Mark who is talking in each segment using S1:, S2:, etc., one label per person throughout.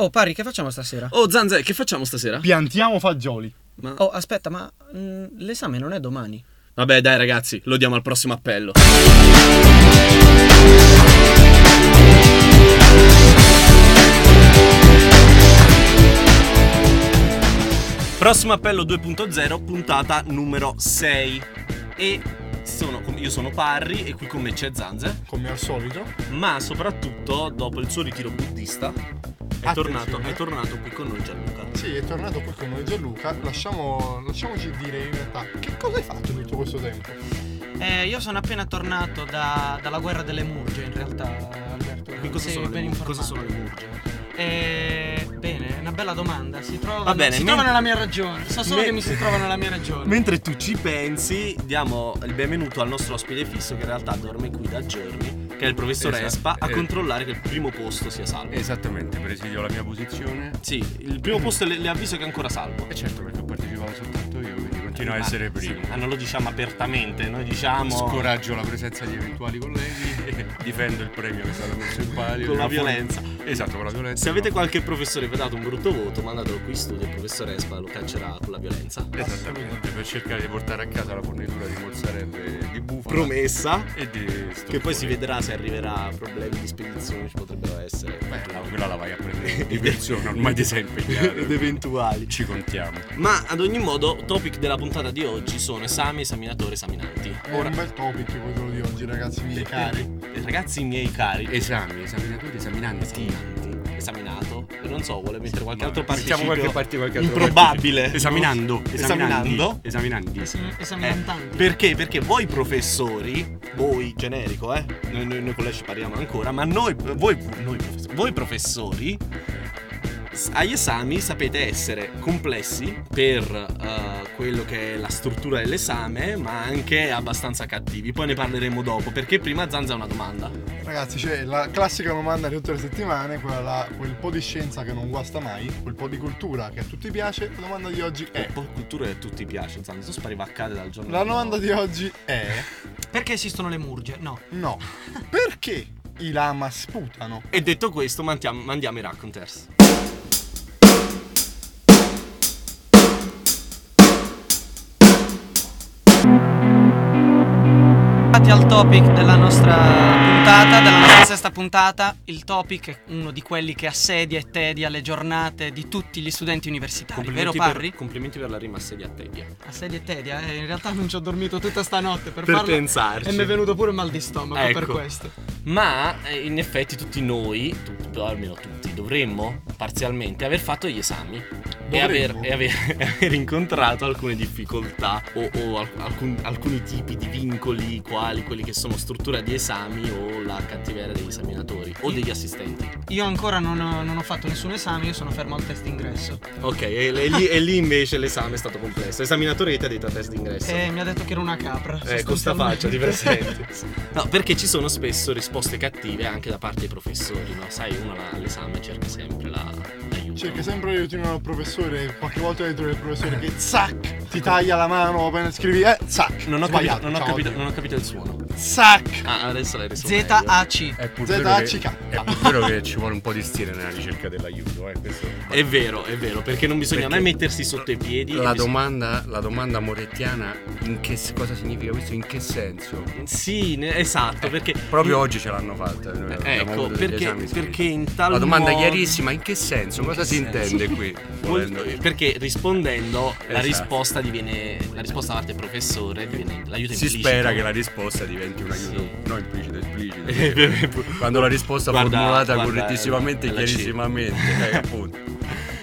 S1: Oh, Pari, che facciamo stasera?
S2: Oh, Zanze, che facciamo stasera?
S3: Piantiamo fagioli.
S2: Ma-
S1: Oh, aspetta, ma mh, l'esame non è domani.
S2: Vabbè, dai, ragazzi, lo diamo al prossimo appello. Prossimo appello 2.0, puntata numero 6. E sono, io sono Parri e qui con me c'è Zanze,
S3: Come al solito.
S2: ma soprattutto dopo il suo ritiro buddista è,
S3: Attenzione.
S2: tornato, è tornato qui con noi Gianluca.
S3: Sì, è tornato qui con noi Gianluca. Lasciamo, lasciamoci dire in realtà che cosa hai fatto tutto questo tempo.
S4: Eh, io sono appena tornato da- dalla guerra delle Murge, in realtà, Alberto.
S2: Qui cosa,
S4: sei
S2: sono,
S4: ben
S2: le,
S4: informato.
S2: cosa sono le murge?
S4: Eh, bene, è una bella domanda. Si, trovano,
S2: Va bene,
S4: si
S2: men-
S4: trova nella mia ragione. So solo
S2: men-
S4: che mi si trova nella mia ragione.
S2: Mentre tu ci pensi, diamo il benvenuto al nostro ospite fisso che in realtà dorme qui da giorni, che è il professor
S5: Esatto,
S2: Espa, a
S5: eh. Esatto.
S2: controllare che il primo posto sia salvo.
S5: Esattamente, presidio la mia posizione.
S2: Sì, il primo posto le, le avviso che è ancora salvo.
S5: E Mm. certo perché ho partecipato soltanto io, quindi continuo a
S2: Ah,
S5: essere
S2: sì,
S5: primo.
S2: ma non lo diciamo apertamente, noi diciamo
S5: Scoraggio la presenza di eventuali colleghi e difendo il premio che è stato messo in palio.
S2: con la
S5: No,
S2: violenza.
S5: Esatto, con la violenza.
S2: Se
S5: no.
S2: avete qualche professore che vi ha dato un brutto voto, mandatelo qui in studio, il professor Espa lo caccerà con la violenza.
S5: Esattamente, per cercare di portare a casa la fornitura di mozzarella e di bufala.
S2: Promessa.
S5: E di
S2: Che poi si
S5: stopponi.
S2: vedrà se arriverà a problemi di spedizione ci potrebbero essere.
S5: Beh, la- quella la vai a prendere di persona, ormai ti sei
S2: Ed
S5: impegnato.
S2: eventuali.
S5: Ci contiamo.
S2: Ma ad ogni modo, topic della puntata di oggi sono esami, esaminatori, esaminanti.
S3: È un bel topic quello di oggi, ragazzi miei cari.
S2: Eh, Ragazzi miei cari,
S5: Esami, esaminatori, esaminanti.
S2: esaminanti, esaminato, e non so, vuole mettere qualche
S5: Ma
S2: altro participio
S5: mettiamo qualche parte- qualche altro
S2: improbabile.
S5: participio. Esaminando,
S2: Eh, Esaminando.
S5: esaminando, esaminandi.
S4: Esam-
S2: Eh,
S4: Esaminantanti.
S2: Perché? Perché voi professori, voi generico, eh, noi, noi, noi con lei ci parliamo ancora, ma noi, voi, noi professori, voi professori s- agli esami sapete essere complessi per eh, quello che è la struttura dell'esame, ma anche abbastanza cattivi. Poi ne parleremo dopo, perché prima Zanza ha una domanda.
S3: Ragazzi, c'è la classica domanda di tutte le settimane, quella là, quel po' di scienza che non guasta mai, quel po' di cultura che a tutti piace. La domanda di oggi
S2: E
S3: è.
S2: poi cultura che a tutti piace, Zanza, tu spari vaccate dal giorno.
S3: La domanda di oggi è.
S4: Perché esistono le Murge? No.
S3: No. Perché i lama sputano?
S2: E detto questo, mantiamo- mandiamo i raconters.
S4: Arrivati al topic della nostra puntata, della nostra sesta puntata. Il topic è uno di quelli che assedia e tedia le giornate di tutti gli studenti universitari, vero Parri?
S2: per, complimenti per la rimasta di Atteghia.
S4: Assedia e tedia, eh, in realtà non ci ho dormito tutta stanotte per,
S2: Per
S4: farla-
S2: pensarci.
S4: E mi è venuto pure mal di stomaco per
S2: Ecco.
S4: questo.
S2: Ma eh, in effetti tutti noi, tu- o almeno tutti, dovremmo parzialmente aver fatto gli esami e aver,
S3: Dovremmo.
S2: e aver- e aver incontrato alcune difficoltà o, o al- alcun- alcuni tipi di vincoli, quali quelli che sono struttura di esami o la cattiveria degli esaminatori o degli assistenti.
S4: Io ancora non ho, non ho fatto nessun esame, io sono fermo al test ingresso.
S2: Ok, e, e lì, e lì invece l'esame è stato complesso. Esaminatore che ti ha detto a test d'ingresso.
S4: E mi ha detto che era una capra.
S2: Eh, con sta faccia ti
S4: sostanzialmente.
S2: presenti. No, perché ci sono spesso risposte cattive anche da parte dei professori, no? Sai, uno la- all'esame cerca sempre la, l'aiuto.
S3: Cerca sempre di aiutare il professore, qualche volta dietro il professore che zac ti taglia la mano appena scrivi, eh, zac.
S2: Non ho, capito,
S3: sbagliato,
S2: non, ho
S3: ciao,
S2: capito,
S3: oddio.
S2: non ho capito il suono.
S3: Zac.
S2: Ah, adesso l'hai reso meglio.
S4: ZAC.
S5: È pur, vero che,
S3: ZHK.
S5: è pur vero che ci vuole un po' di stile nella ricerca dell'aiuto, eh, questo-
S2: È vero, è vero, perché non bisogna
S5: Perché
S2: mai mettersi sotto i piedi.
S5: La
S2: e bis-
S5: domanda, la domanda morettiana, in che, s- cosa significa questo? In che senso?
S2: Sì, ne- esatto, perché...
S5: Eh, Proprio oggi ce l'hanno fatta. noi abbiamo
S2: Ecco,
S5: avuto degli
S2: perché,
S5: esami scritti.
S2: perché in tal
S5: La domanda è
S2: modo-
S5: chiarissima, in che senso?
S2: In
S5: cosa
S2: che
S5: si
S2: senso?
S5: intende qui? Volendo-
S2: Molto- perché rispondendo la
S5: Esatto.
S2: risposta diviene la risposta da parte del professore diviene l'aiuto
S5: Si
S2: implicito.
S5: spera che la risposta diventi un aiuto
S2: Sì.
S5: non implicito,
S2: Eh,
S5: esplicito. Quando la risposta
S2: Guarda-
S5: formulata
S2: guarda,
S5: correttissimamente e
S2: è la C.
S5: chiarissimamente, eh, appunto.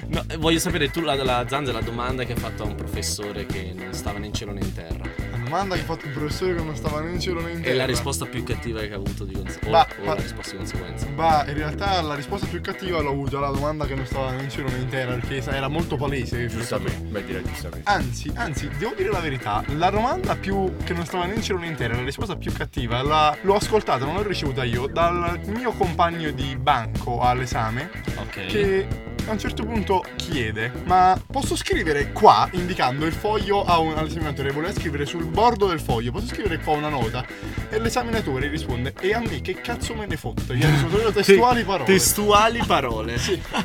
S2: No, eh, voglio sapere tu la, la Zanza la domanda che ha fatto a un professore che non stava né in cielo né in terra.
S3: La domanda che ha fatto il professore che non stava né in cielo né in terra.
S2: È la risposta più cattiva che ha avuto di conseguenza.
S3: Ma-
S2: O,
S3: ma-
S2: la risposta di conseguenza.
S3: Bah, in realtà la risposta più cattiva l'ho avuta alla domanda che non stava né in cielo né in terra, perché sa- era molto palese. che-
S5: Giustamente, beh direi giustamente.
S3: Anzi, anzi, devo dire la verità, la domanda più che non stava né in cielo né in terra, la risposta più cattiva, la- l'ho ascoltata, non l'ho ricevuta io, dal mio compagno di banco all'esame,
S2: Ok.
S3: che a un certo punto chiede, ma posso scrivere qua, indicando il foglio a un all'esaminatore, voleva scrivere sul bordo del foglio, posso scrivere qua una nota? E l'esaminatore risponde, e a me che cazzo me ne fotte? Gli ha risposto testuali
S2: Te-
S3: parole.
S2: Testuali parole.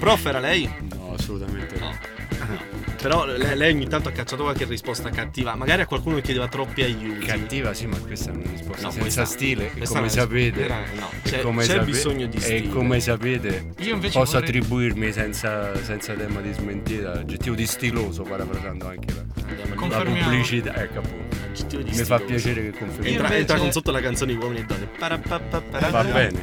S2: Prof, era lei?
S5: No, assolutamente no.
S2: Però le- lei, ogni tanto ha cacciato qualche risposta cattiva. Magari a qualcuno che chiedeva troppi aiuti.
S5: Cattiva, sì, ma questa è una risposta
S2: No,
S5: senza
S2: questa-
S5: stile. e
S2: questa
S5: come
S2: non è-
S5: sapete,
S2: era- no,
S5: e
S2: c'è-
S5: come
S2: c'è bisogno di
S5: E
S2: stile.
S5: come sapete,
S4: Io invece
S5: posso
S4: vorrei-
S5: attribuirmi senza, senza tema di smentita l'aggettivo di stiloso, parafrasando anche la,
S2: Andiamo lì.
S5: la
S4: Confermiamo.
S5: pubblicità. Ecco appunto.
S2: Aggettivo di
S5: Mi fa
S2: stiloso.
S5: piacere che confermi.
S2: Entra,
S4: Io
S2: entra
S4: invece-
S2: con sotto la canzone di uomini e donne. Parapapapara-
S5: Va bene,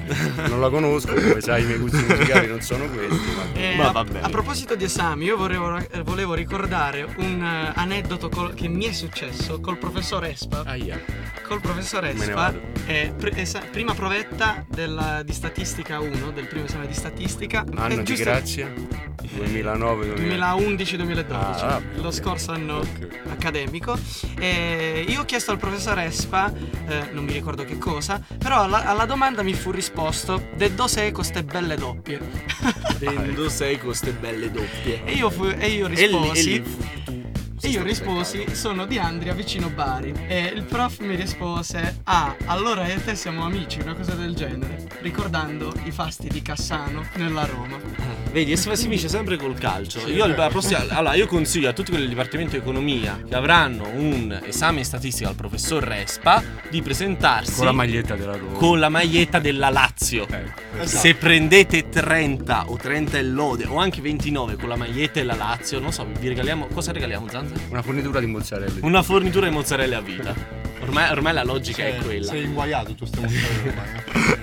S5: non la conosco, come sai i miei gusti musicali non sono questi, ma
S4: Eh,
S2: Ma
S4: a-
S2: va bene.
S4: A, proposito di esami, io volevo, eh, volevo ricordare un eh, aneddoto col- che mi è successo col professor Espa.
S2: Eh,
S5: Aia.
S4: Col professor
S5: Me ne
S4: Espa,
S5: vado.
S4: eh, pre- esa- prima provetta della- di statistica 1, del primo esame di statistica. è
S5: Anno di
S4: giusto-
S5: grazia 2009
S4: 2011-2012,
S5: Ah, vabbè,
S4: lo
S5: ok.
S4: scorso anno
S5: Ok.
S4: accademico. E io ho chiesto al professor Espa, eh, non mi ricordo che cosa, però alla, alla domanda mi fu risposto: De dose coste belle doppie.
S2: Quando sei con queste belle doppie.
S4: E io, fu- e io
S2: Ecco. E lì-
S4: risposi.
S2: e lì fu- tu-
S4: E
S2: sei
S4: io
S2: stato
S4: risposi,
S2: beccato.
S4: sono di Andria vicino Bari. E il prof mi rispose, ah, allora io e te siamo amici, una cosa del genere. Ricordando i fasti di Cassano nella Roma.
S2: Vedi, si si finisce sempre col calcio.
S3: Sì,
S2: io,
S3: vero.
S2: la prossima- allora, io consiglio a tutti quelli del Dipartimento di Economia che avranno un esame in statistica al professor Respa di presentarsi
S5: con la maglietta della Roma.
S2: con la maglietta della Lazio.
S5: Ecco.
S3: Esatto.
S2: Se prendete 30 o 30 e lode o anche 29 con la maglietta e la Lazio, non so, vi regaliamo. Cosa regaliamo, Zanza?
S5: Una fornitura di mozzarella.
S2: Una fornitura di mozzarella a vita. Ormai, ormai la logica
S3: Cioè,
S2: è quella.
S3: Sei inguaiato tu stiamo ormai.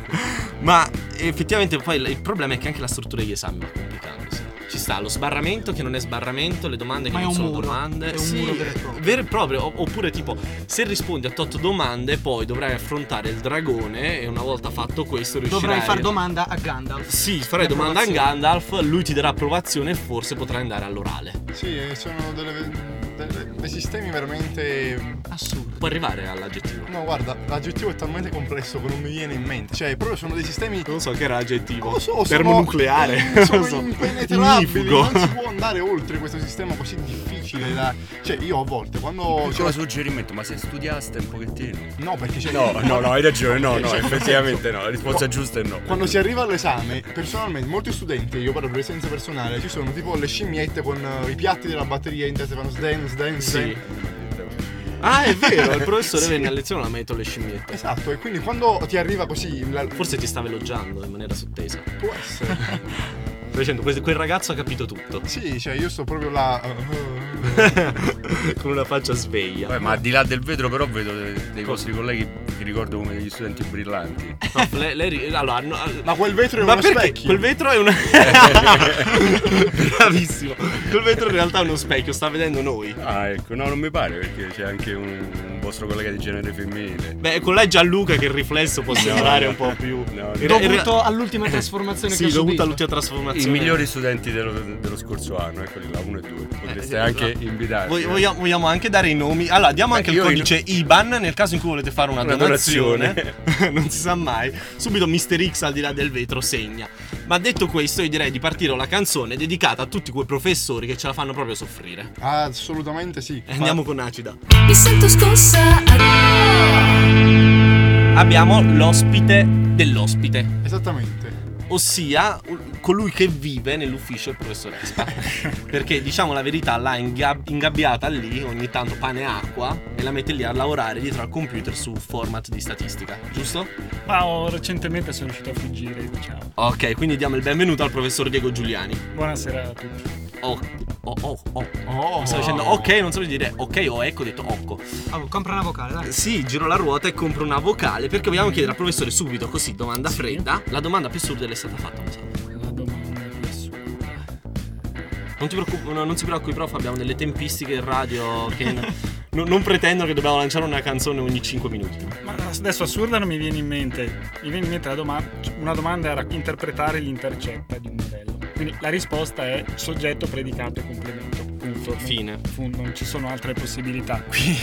S2: Ma effettivamente poi il- il problema è che anche la struttura degli esami va complicandosi. Ci sta lo sbarramento che non è sbarramento, le domande che
S4: Ma è
S2: non
S4: un
S2: sono
S4: muro,
S2: domande.
S4: è un
S2: Sì,
S4: muro vero e proprio.
S2: vero e proprio. O- Oppure tipo, se rispondi a tot domande, poi dovrai affrontare il dragone e una volta fatto questo riuscirai
S4: Dovrai far domanda a Gandalf.
S2: Sì, farai
S4: Di
S2: domanda a
S4: approvazione.
S2: Gandalf, lui ti darà approvazione e forse potrai andare all'orale.
S3: Sì, eh, sono delle- delle- dei sistemi veramente
S4: Assurdo.
S2: Può arrivare all'aggettivo.
S3: No, guarda, l'aggettivo è talmente complesso che non mi viene in mente. Cioè, proprio sono dei sistemi.
S2: Non so che era aggettivo.
S3: Non lo so, eh, sono-
S2: termonucleare.
S3: Sono
S2: non so.
S3: impenetrabili.
S2: Ignifugo.
S3: Non si può andare oltre questo sistema così difficile. Da... Cioè, io a volte quando.
S5: Piccolo suggerimento, ma se studiaste un pochettino.
S3: No, perché c'è.
S5: No, no, no, hai ragione, no, no,
S3: Cioè,
S5: effettivamente no, la risposta
S3: no.
S5: giusta è no.
S3: Quando si arriva all'esame, personalmente, molti studenti, io parlo per presenza personale, ci sono tipo le scimmiette con eh, i piatti della batteria in testa e fanno sden, sden, sden.
S2: Sì. Ah, è vero, il professore venne a lezione la metto le scimmiette.
S3: Esatto, e quindi quando ti arriva così. la-
S2: Forse ti stava elogiando in maniera sottesa.
S3: può essere.
S2: Stai dicendo, quel quel ragazzo ha capito tutto.
S3: sì, cioè, io sto proprio là. eh,
S2: Con una faccia sveglia.
S5: Poi, ma al di là del vetro però vedo dei, dei vostri colleghi che ricordo come degli studenti brillanti.
S2: No, lei- lei ri- allora, no,
S3: Ma quel vetro è
S2: ma
S3: uno
S2: perché?
S3: specchio.
S2: Quel vetro è una. Bravissimo. Quel vetro in realtà è uno specchio, sta vedendo noi.
S5: Ah, ecco, no, non mi pare perché c'è anche un, un vostro collega di genere femminile.
S2: Beh, con lei Gianluca che il riflesso può sembrare un po' più.
S5: No,
S2: In
S5: no.
S2: re- in re-
S4: Dovuto all'ultima trasformazione che
S2: Sì,
S4: ho
S2: dovuto
S4: subito.
S2: all'ultima trasformazione.
S5: I migliori studenti dello, dello scorso anno, eccoli là, uno e due. Potreste
S2: Eh,
S5: anche
S2: esatto.
S5: invitarli.
S2: Voglio- vogliamo, vogliamo anche dare i nomi. Allora, diamo
S5: Beh,
S2: anche il
S5: io-
S2: codice IBAN nel caso in cui volete fare una,
S5: Una donazione.
S2: donazione. non si sa mai. Subito Mr. X al di là del vetro segna. Ma detto questo, io direi di partire con la canzone dedicata a tutti quei professori che ce la fanno proprio soffrire.
S3: Assolutamente sì.
S2: E Eh, andiamo con Acida.
S6: Mi sento scossa ah,
S2: Abbiamo l'ospite dell'ospite,
S3: Esattamente.
S2: ossia u- colui che vive nell'ufficio del professor Espa. Perché diciamo la verità, l'ha ingab- ingabbiata lì, ogni tanto pane e acqua, e la mette lì a lavorare dietro al computer su format di statistica, giusto?
S7: Ma ho- recentemente sono riuscito a fuggire, diciamo.
S2: Ok, quindi diamo il benvenuto al professor Diego Giuliani.
S7: Buonasera a tutti.
S2: Oh, oh, oh, oh.
S3: Oh,
S2: Stavo dicendo ok, non sapevo dire ok o ecco, ho detto occo.
S4: Oh, compra una vocale, dai.
S2: Sì, giro la ruota e compro una vocale perché vogliamo chiedere al professore subito così, domanda
S7: Mm. Sì.
S2: fredda. La domanda più assurda le è stata fatta, mi sa.
S7: La domanda più assurda.
S2: Non, ti preoccup- no, non si preoccupi, prof, abbiamo delle tempistiche in radio che no- non pretendono che dobbiamo lanciare una canzone ogni 5 minuti.
S7: Ma adesso assurda non mi viene in mente. Mi viene in mente la domanda. Una domanda era interpretare l'intercetta di un modello. Quindi la risposta è soggetto, predicato e complemento. Punto. Non-
S2: Fine.
S7: fu- non ci sono altre possibilità. Qui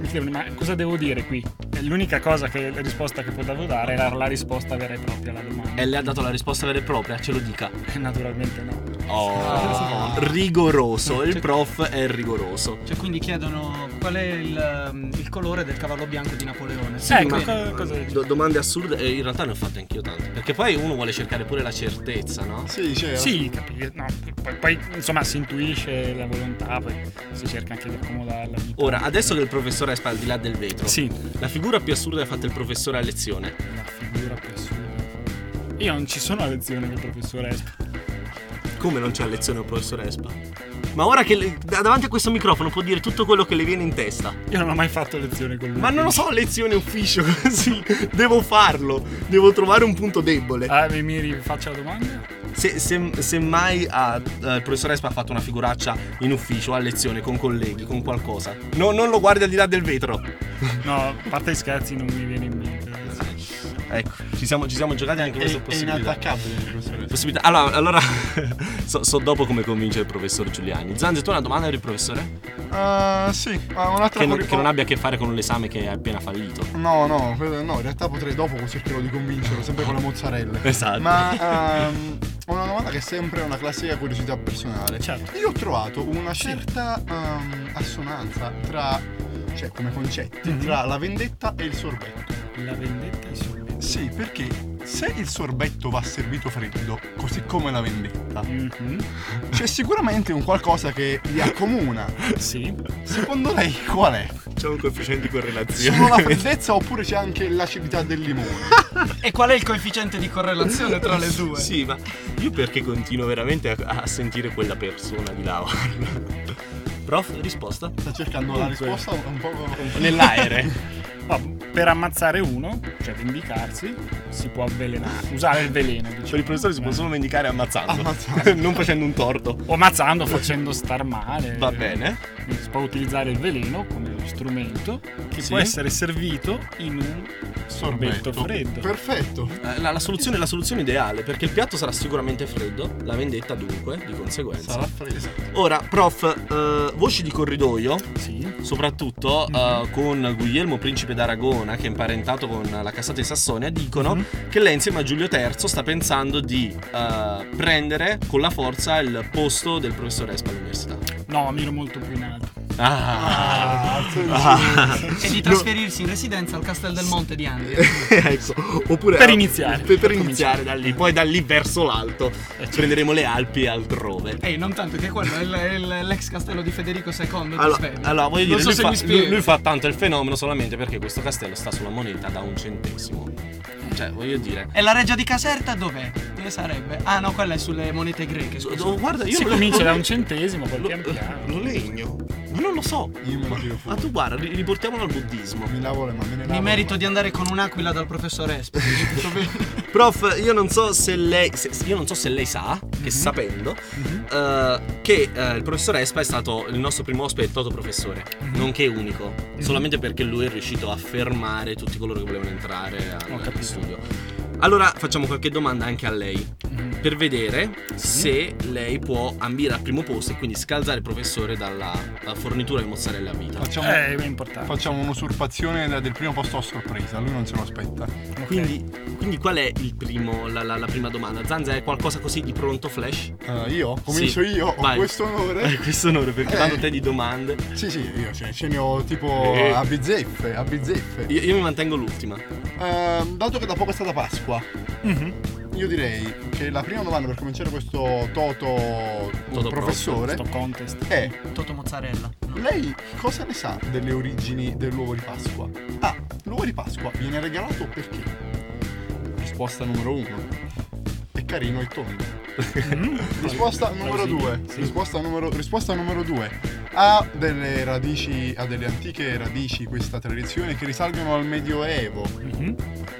S7: mi chiedono, ma cosa devo dire qui? E L'unica cosa che la risposta che potevo dare
S2: Eh.
S7: era la risposta vera e propria alla domanda.
S2: E le ha dato la risposta vera e propria, ce lo dica.
S7: Naturalmente no.
S2: Oh,
S4: Ah.
S2: rigoroso,
S7: Cioè
S2: il prof è rigoroso.
S4: Cioè, quindi chiedono qual è il, um, il colore del cavallo bianco di Napoleone.
S7: Sì, Ecco,
S2: Ma-
S7: co- cosa dici?
S2: do- domande assurde, eh, in realtà ne ho fatte anch'io tante. Perché poi uno vuole cercare pure la certezza, no?
S3: Sì, cioè, c'era.
S7: Sì, capire. No, poi, poi, insomma si intuisce la volontà, poi si cerca anche di accomodarla. ogni
S2: Ora,
S7: tanto.
S2: adesso che il professore è al di là del vetro,
S7: Sì,
S2: la figura più assurda che ha fatto il professore a lezione.
S7: la figura più assurda. Io non ci sono a lezione con il professore Espo.
S2: Come non c'è a lezione un professore Espa? Ma ora che le- da- davanti a questo microfono può dire tutto quello che le viene in testa.
S7: Io non ho mai fatto lezione con lui.
S2: Ma non lo so, lezione ufficio così. Devo farlo. Devo trovare un punto debole.
S7: Ah, mi- mi rifaccia la domanda?
S2: Se, se- se mai ha- eh, il professor Espa ha fatto una figuraccia in ufficio, a lezione, con colleghi, con qualcosa. No, non lo guardi al di là del vetro.
S7: No, a parte gli scherzi non mi viene in mente. adesso.
S2: Ecco, ci siamo, ci siamo giocati anche
S3: È,
S2: questa
S3: è
S2: possibilità.
S3: inattaccabile il professore.
S2: Possibilità. Allora, allora so, so dopo come convince il professor Giuliani. Zanzi, tu hai una domanda per il professore?
S3: Ah, sì, ah, un'altra
S2: Che non,
S3: fuori-
S2: che non abbia a che fare con l'esame che hai appena fallito.
S3: No, no, quello- no, in realtà potrei dopo cercherò di convincerlo, sempre con la mozzarella.
S2: Esatto.
S3: Ma ehm, ho una domanda che è sempre una classica curiosità personale.
S2: Cioè.
S7: Certo.
S3: Io ho trovato una certa ehm, assonanza tra, cioè come concetti,
S2: Mhm.
S3: tra la vendetta e il sorbetto.
S7: La vendetta è solo.
S3: Sì, perché se il sorbetto va servito freddo, così come la vendetta,
S2: Mm.
S7: Mhm,
S3: c'è sicuramente un qualcosa che li accomuna.
S7: Sì.
S3: Secondo lei qual è?
S2: C'è un coefficiente di correlazione.
S3: Solo la freddezza oppure c'è anche l'acidità del limone?
S4: E qual è il coefficiente di correlazione tra le due?
S2: Sì, ma io perché continuo veramente a, a sentire quella persona di là? Prof, risposta?
S3: Sta cercando la
S7: Dunque.
S3: risposta un po'... un po'-
S2: Nell'aereo.
S7: Ma Oh, per ammazzare uno, cioè vendicarsi, si può avvelenare. Usare il veleno, diciamo.
S2: Cioè, il professore si può solo vendicare ammazzando.
S3: Ammazzando.
S2: non facendo un torto.
S7: Eh. O ammazzando, facendo star male.
S2: Va bene.
S7: Quindi Si può utilizzare il veleno come strumento che
S2: Sì.
S7: può essere servito in un sorbetto, freddo.
S3: Perfetto.
S2: Eh, La, la soluzione è la soluzione ideale, perché il piatto sarà sicuramente freddo, la vendetta dunque, di conseguenza. Esatto.
S3: Sarà presa.
S2: Ora, prof, eh, voci di corridoio,
S7: Sì.
S2: soprattutto eh, con Guglielmo Principe d'Aragona, che è imparentato con la Cassata di Sassonia, dicono che lei insieme a Giulio III sta pensando di eh, prendere con la forza il posto del professor Espa all'università.
S7: No, miro molto più in alto.
S2: Ah,
S4: E di trasferirsi in residenza al Castel del Monte di Andria.
S2: ecco, oppure
S7: Per iniziare.
S2: Per, per
S7: Per
S2: iniziare da lì, poi da lì verso l'alto. Prenderemo le Alpi altrove.
S4: Ehi, Eh, non tanto che quello è, il- è il- l'ex castello di Federico II di
S2: Allora,
S4: Svevia.
S2: allora, voglio
S4: non
S2: dire,
S4: so
S2: lui,
S4: se
S2: fa,
S4: mi spiego.
S2: lui- lui fa tanto il fenomeno solamente perché questo castello sta sulla moneta da un centesimo. Cioè, voglio dire.
S4: E la reggia di Caserta dov'è? Dove sarebbe? Ah no, quella è sulle monete greche, scusa.
S2: Oh, guarda, io
S7: si
S2: lo-
S7: comincia
S2: lo-
S7: da un centesimo, poi
S2: lo,
S7: pian piano.
S2: lo legno. Ma non lo so.
S3: Io me lo tiro
S2: Ma
S3: fuori.
S2: tu guarda, ri- riportiamolo al buddismo.
S3: Mi lavo le mani, me ne lavo.
S4: Mi
S3: le
S4: merito
S3: mani.
S4: di andare con un'aquila dal professor Espo.
S2: Prof, io non so se lei. se- se- io non so se lei sa,
S7: Mhm.
S2: che sapendo, eh, che eh, il professor Espa è stato il nostro primo ospite del Toto Professore,
S7: Mhm.
S2: nonché unico, solamente perché lui è riuscito a fermare tutti coloro che volevano entrare al-
S7: Ho capito.
S2: allo studio. Allora facciamo qualche domanda anche a lei
S7: Mhm.
S2: per vedere se lei può ambire al primo posto e quindi scalzare il professore dalla dalla fornitura di mozzarella a vita.
S3: Facciamo,
S7: Eh, è importante.
S3: facciamo un'usurpazione da- del primo posto a sorpresa, lui non se lo aspetta.
S7: Ok.
S2: Quindi, quindi qual è il primo, la, la- la prima domanda? Zanza è qualcosa così di pronto flash?
S3: Eh, io? Comincio
S2: Sì,
S3: io, ho
S2: vai. Ecco.
S3: questo onore.
S2: questo onore perché
S3: Eh.
S2: tanto te di domande.
S3: Sì, sì, io ce, ce ne ho tipo
S2: Eh.
S3: a bizzeffe, a bizzeffe.
S2: Io, io mi mantengo l'ultima.
S3: Eh, dato che da poco è stata Pasqua,
S7: Mm-hmm.
S3: io direi che la prima domanda per cominciare questo Toto,
S2: Toto
S3: professore
S7: Questo contest.
S3: è
S4: Toto Mozzarella. No.
S3: Eh, Lei cosa ne sa delle origini dell'uovo di Pasqua? Ah, l'uovo di Pasqua viene regalato perché? Risposta numero uno. È carino e tondo. Risposta numero
S7: plausibile,
S3: due.
S7: sì.
S3: Risposta numero, risposta numero due. Ha delle radici, ha delle antiche radici questa tradizione che risalgono al Medioevo.
S7: Mhm.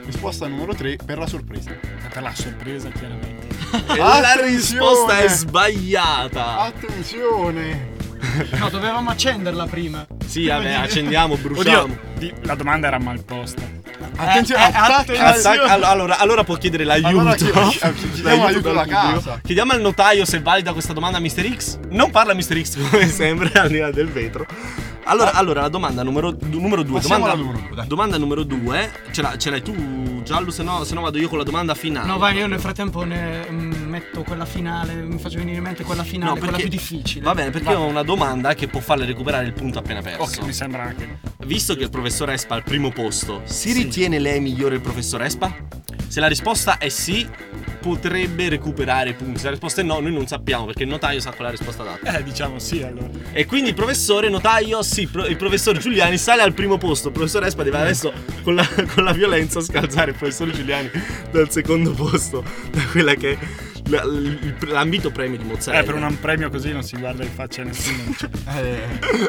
S3: Risposta numero tre per la sorpresa.
S7: Eh, Per la sorpresa, chiaramente.
S2: E la
S3: Attenzione!
S2: risposta è sbagliata.
S3: Attenzione!
S4: No, dovevamo accenderla prima.
S2: sì, vabbè, accendiamo, bruciamo.
S7: Oddio, di- la domanda era mal posta.
S3: Attenzione!
S4: eh,
S3: attacca-
S2: Attacca- all- allora, allora può chiedere l'aiuto.
S3: Allora chi- eh, chiediamo l'aiuto
S2: dal
S3: alla
S2: pubblico.
S3: casa.
S2: Chiediamo al notaio se è valida questa domanda a Mr. X. Non parla Mr. X come sempre, al di là del vetro. Allora, allora, la domanda numero, du- numero due.
S3: Passiamo
S2: domanda,
S3: alla numero due, dai.
S2: domanda numero due. Ce, l'ha- ce l'hai tu, Giallo? Se no, se no vado io con la domanda finale.
S4: No, vai, io nel frattempo ne mm, metto quella finale, mi faccio venire in mente quella finale, quella più difficile.
S2: Va bene, perché
S7: Va.
S2: ho una domanda che può farle recuperare il punto appena perso.
S7: Ok, mi sembra anche.
S2: Visto che il professor Espa è al primo posto, si ritiene lei migliore il professor Espa? Se la risposta è sì, potrebbe recuperare punti. Se la risposta è no, noi non sappiamo perché il notaio sa quella risposta data.
S7: Eh, diciamo sì allora.
S2: E quindi il professore notaio, sì, pro- il professor Giuliani sale al primo posto. Il professor Espa
S7: Eh.
S2: deve adesso con la, con la violenza scalzare il professor Giuliani dal secondo posto, da quella che è la- il- l'ambito premio di Mozzarella.
S7: Eh, per un premio così non si guarda in faccia a nessuno. cioè.
S3: Eh,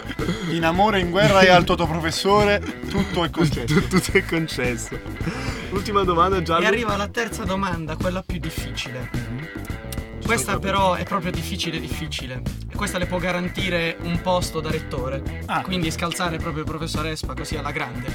S3: in amore, in guerra e al totoprofessore tutto è concesso.
S2: Tutto è concesso. L'ultima domanda,
S4: E
S2: Giallo.
S4: arriva la terza domanda, quella più difficile.
S2: Mm-hmm.
S4: Questa però è proprio difficile, difficile. E questa le può garantire un posto da rettore.
S7: Ah.
S4: Quindi scalzare proprio il professor Espa così alla grande.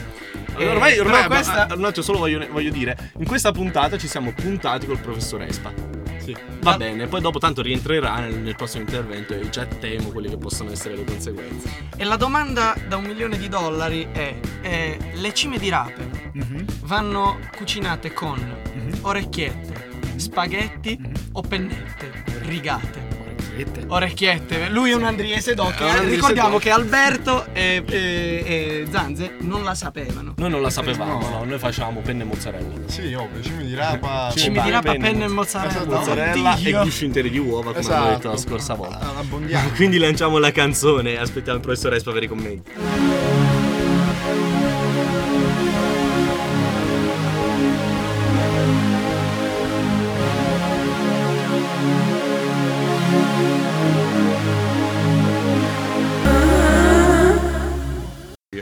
S2: Allora,
S4: Eh,
S2: ormai, ormai
S4: però questa...
S2: ah, un attimo, solo voglio, voglio dire, in questa puntata ci siamo puntati col professor Espa.
S7: Sì.
S2: Va bene, poi dopo tanto rientrerà nel, nel prossimo intervento e già temo quelle che possono essere le conseguenze.
S4: E la domanda da un milione di dollari è, eh, le cime di rape
S7: Mhm,
S4: vanno cucinate con
S7: mhm.
S4: orecchiette, spaghetti
S7: Mhm.
S4: o pennette rigate?
S7: Orecchiette.
S4: Orecchiette, lui è un andriese doc.
S2: È un andriese
S4: Ricordiamo
S2: doc.
S4: che Alberto e, e- e Zanze non la sapevano.
S2: Noi non la sapevamo,
S3: No.
S2: no, noi facevamo penne e mozzarella.
S3: Sì, ovvio, cime di rapa.
S2: Cime
S4: Ci mi
S2: Pan-
S4: dirà
S2: penne,
S4: penne e
S3: esatto.
S4: mozzarella.
S2: Mozzarella e
S3: Oddio.
S2: gusci interi di uova, come
S3: Esatto. Ah,
S2: abbiamo detto la scorsa volta.
S3: Abbondiamo.
S2: Quindi lanciamo la canzone e aspettiamo il professor Espa per i commenti.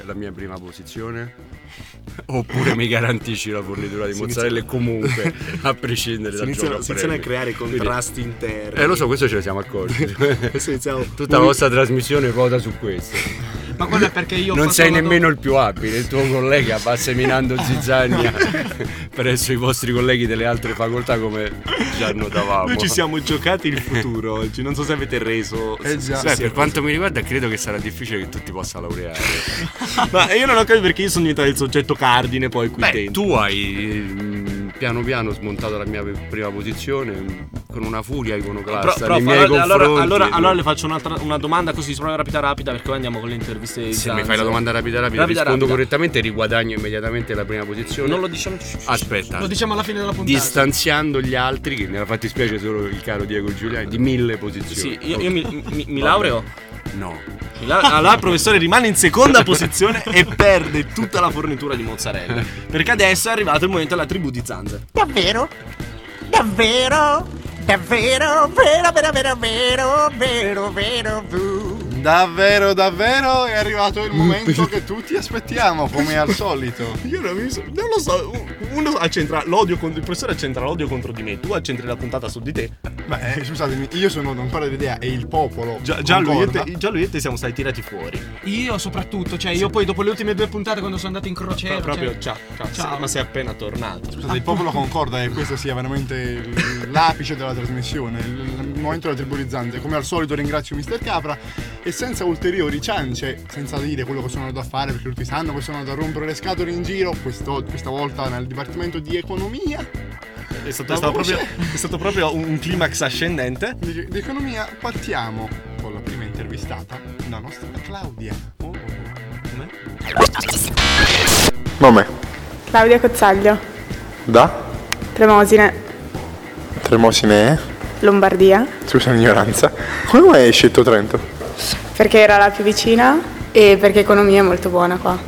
S5: La mia prima posizione? Oppure mi garantisci la fornitura di
S2: Si
S5: mozzarella comunque, a prescindere
S2: Si
S5: dal
S2: iniziano,
S5: gioco
S2: si iniziano a creare
S5: Quindi-
S2: contrasti interni.
S5: Eh lo so, questo ce ne siamo accorti.
S2: Adesso iniziamo-
S5: Tutta la vostra trasmissione ruota su questo.
S4: Ma quello è perché io ho
S5: Non
S4: fatto
S5: sei
S4: la
S5: nemmeno il più abile, il tuo collega va seminando zizzania presso i vostri colleghi delle altre facoltà come già notavamo.
S2: Noi ci siamo giocati il futuro oggi, non so se avete reso.
S3: Eh già.
S2: se-
S5: Beh,
S2: se-
S5: per quanto mi riguarda credo che sarà difficile che tu ti possa laureare.
S2: Ma io non ho capito perché io sono diventato il soggetto cardine poi qui
S5: Beh,
S2: dentro.
S5: tu hai mm, piano piano smontato la mia prima posizione mm, con una furia
S2: Pro-
S5: iconoclasta
S2: prof,
S5: nei miei
S2: allora, allora,
S5: confronti.
S2: allora- allora le faccio un'altra, una domanda così sulla rapida rapida perché poi andiamo con le interviste di
S5: se
S2: Zanzi.
S5: mi fai la domanda rapida rapida,
S2: Rapida,
S5: rispondo
S2: rapida.
S5: correttamente e riguadagno immediatamente la prima posizione.
S2: Non lo diciamo.
S5: Aspetta.
S4: Lo diciamo alla fine della puntata.
S5: distanziando gli altri, che nella fattispecie solo il caro Diego Giuliani, di mille posizioni.
S2: Sì, io, io mi, mi- mi
S5: Vabbè.
S2: laureo.
S5: No.
S2: Mi laureo- Allora Ah, il professore rimane in seconda posizione e perde tutta la fornitura di mozzarella. Perché adesso è arrivato il momento della tribù di Zanze.
S8: Davvero? Davvero? Davvero? Vero, vero, vero, vero, vero, vero, vero.
S3: Davvero, davvero è arrivato il momento che tutti aspettiamo, come al solito.
S2: Io non, mi so- non lo so, uno accentra l'odio contro il professore accentra l'odio contro di me, tu accentri la puntata su di te.
S3: Beh, eh, scusatemi, io sono non parlo dell'idea e il popolo.
S2: Già, già, lui e
S3: concorda.
S2: te, già lui e te siamo stati tirati fuori.
S4: Io soprattutto, cioè io poi dopo le ultime due puntate quando sono andato in crociera.
S2: Però proprio
S4: cioè,
S2: ciao, Certo, ciao,
S4: Ciao.
S2: se- ma sei appena tornato.
S3: Scusate, il popolo concorda e questo sia veramente il- l'apice della trasmissione, il il momento della tribolizzante. Come al solito ringrazio Mr. Capra e senza ulteriori ciance, senza dire quello che sono andato a fare, perché tutti sanno che sono andato a rompere le scatole in giro, questo- questa volta nel Dipartimento di Economia,
S2: È stato,
S3: Ma
S2: è stato
S3: come
S2: proprio, è stato proprio un, un climax ascendente.
S3: di, di Economia, partiamo con la prima intervistata, la nostra Claudia.
S9: Nome?
S10: Claudia Cozzaglio,
S9: Da?
S10: Tremosine,
S9: Tremosine eh?
S10: Lombardia,
S9: Scusa l'ignoranza. Come mai hai scelto Trento?
S10: perché era la più vicina e perché economia è molto buona qua.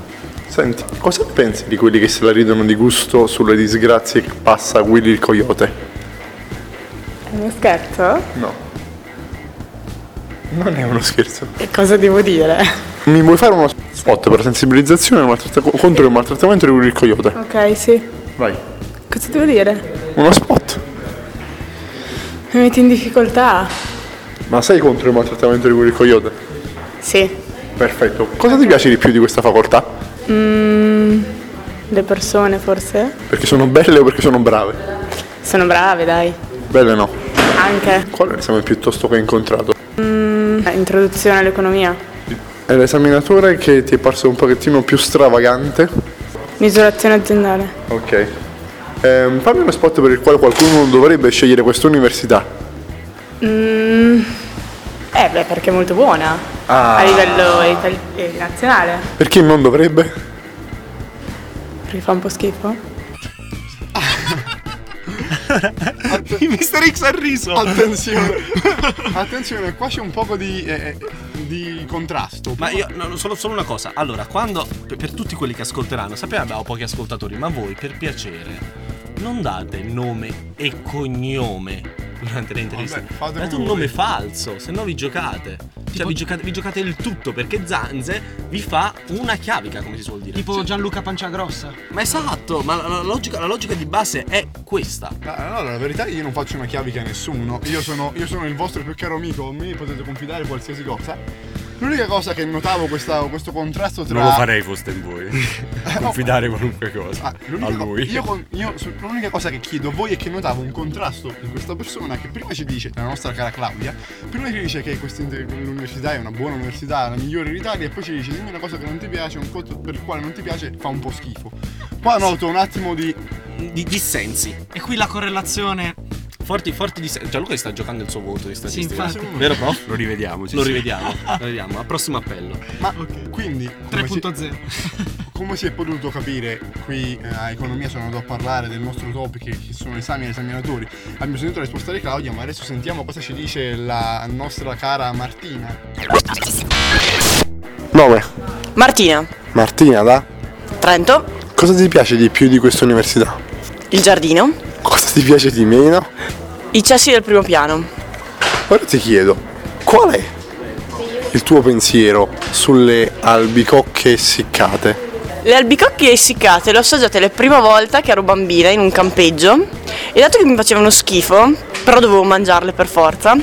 S9: Senti, cosa pensi di quelli che se la ridono di gusto sulle disgrazie che passa Willy il coyote?
S10: È uno scherzo?
S9: No. Non è uno scherzo.
S10: Che cosa devo dire?
S9: Mi vuoi fare uno spot per la sensibilizzazione al maltratta- contro il maltrattamento di Willy il coyote?
S10: Ok, sì.
S9: Vai.
S10: Cosa devo dire?
S9: Uno spot.
S10: Mi metti in difficoltà?
S9: Ma sei contro il maltrattamento di Willy il coyote?
S10: Sì.
S9: Perfetto. Cosa ti piace di più di questa facoltà?
S10: Le persone forse?
S9: Perché sono belle o perché sono brave?
S10: Sono brave, dai.
S9: Belle no.
S10: Anche.
S9: Quale esame piuttosto che hai incontrato?
S10: Introduzione all'economia.
S9: È l'esaminatore che ti è parso un pochettino più stravagante?
S10: Misurazione aziendale.
S9: Ok. Ehm, fammi uno spot per il quale qualcuno dovrebbe scegliere questa università.
S10: Mm, eh beh, perché è molto buona.
S9: Ah.
S10: A livello itali- eh, nazionale.
S9: Perché non dovrebbe?
S10: Perché fa un po' schifo.
S2: Mister X ha riso.
S3: Attenzione, attenzione, qua c'è un poco di, eh, eh, di contrasto.
S2: Ma io no, no, solo, solo una cosa, allora, quando per, per tutti quelli che ascolteranno, sappiamo abbiamo pochi ascoltatori, ma voi per piacere non date nome e cognome durante le interviste.
S3: Vabbè, fatemi
S2: date un
S3: voi.
S2: nome falso, se no vi giocate. Cioè vi giocate, vi giocate il tutto perché Zanze vi fa una chiavica, come si suol dire.
S4: Tipo Gianluca Panciagrossa.
S2: Ma esatto, ma la, la logica, la logica di base è questa.
S3: Ma, Ah, Allora, la verità è che io non faccio una chiavica a nessuno. Io sono, io sono il vostro più caro amico, a me potete confidare qualsiasi cosa. L'unica cosa che notavo questa, questo contrasto tra.
S5: Non lo farei foste in voi. eh. Confidare qualunque
S2: Ah.
S5: cosa a
S3: L'unica Ah, co-
S5: lui.
S3: Io, con- io su- l'unica cosa che chiedo a voi è che notavo un contrasto in questa persona che prima ci dice, la nostra cara Claudia, prima ci dice che questa inter- l'università è una buona università, la migliore d'Italia, e poi ci dice dimmi una cosa che non ti piace, un conto per il quale non ti piace, fa un po' schifo. Qua noto un attimo di...
S2: Di dissensi.
S4: E qui la correlazione.
S2: Forti, forti dissensi. Gianluca gli sta giocando il suo voto di statistica.
S4: infatti.
S2: Vero, prof?
S5: Lo rivediamo. sì,
S2: Lo
S5: sì.
S2: rivediamo, lo rivediamo, al prossimo appello.
S3: Ma quindi... come si-
S4: 3.0.
S3: Come si è potuto capire qui eh, a Economia sono andato a parlare del nostro topic che- che sono esami e esaminatori. Abbiamo sentito la risposta di Claudia, ma adesso sentiamo cosa ci dice la nostra cara Martina.
S9: Nome.
S11: Martina,
S9: Martina, da?
S11: Trento,
S9: Cosa ti piace di più di questa università?
S11: il giardino,
S9: Cosa ti piace di meno?
S11: i cessi del primo piano.
S9: Ora ti chiedo, qual è il tuo pensiero sulle albicocche essiccate?
S11: Le albicocche essiccate le ho assaggiate la prima volta che ero bambina in un campeggio e dato che mi facevano schifo, però dovevo mangiarle per forza,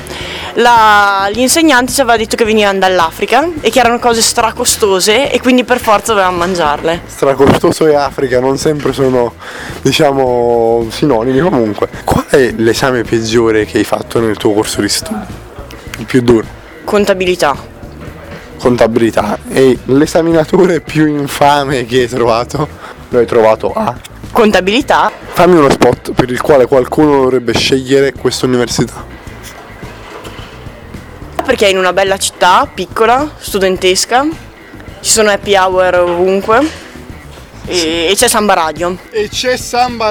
S11: la- l'insegnante ci aveva detto che venivano dall'Africa e che erano cose stracostose e quindi per forza dovevamo mangiarle.
S9: Stracostoso e Africa non sempre sono, diciamo, sinonimi comunque. Qual è l'esame peggiore che hai fatto nel tuo corso di studio? Il più duro?
S11: Contabilità.
S9: Contabilità. E l'esaminatore più infame che hai trovato? Lo hai trovato a?
S11: Contabilità,
S9: Fammi uno spot per il quale qualcuno dovrebbe scegliere questa università.
S11: perché è in una bella città, piccola, studentesca, ci sono happy hour ovunque e, e c'è Samba Radio.
S3: E c'è Samba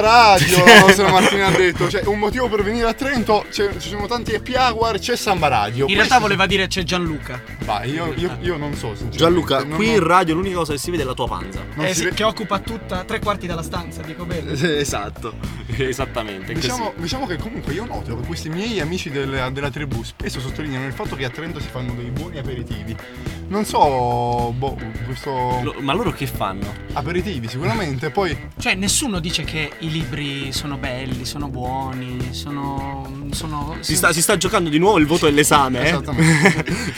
S3: Radio, la nostra Martina ha detto. Cioè, un motivo per venire a Trento, c'è- ci sono tanti happy hour, c'è Samba Radio.
S4: In realtà voleva dire c'è Gianluca.
S3: Ma io, io- io non so, sinceramente.
S2: Gianluca,
S3: Non-
S2: qui
S3: non-
S2: in radio l'unica cosa che si vede è la tua panza.
S3: non
S4: Eh
S3: si
S4: sì,
S3: ve-
S4: che occupa tutta tre quarti della stanza, dico bene.
S2: Esatto, esattamente.
S3: Diciamo, diciamo che comunque io noto che questi miei amici del- della tribù spesso sottolineano il fatto che a Trento si fanno dei buoni aperitivi. Non so, boh, questo...
S2: ma loro che fanno?
S3: Aperitivi sicuramente, poi
S4: Cioè, nessuno dice che i libri sono belli, sono buoni, sono. sono
S2: Si sta, si sta giocando di nuovo il voto dell'esame, eh?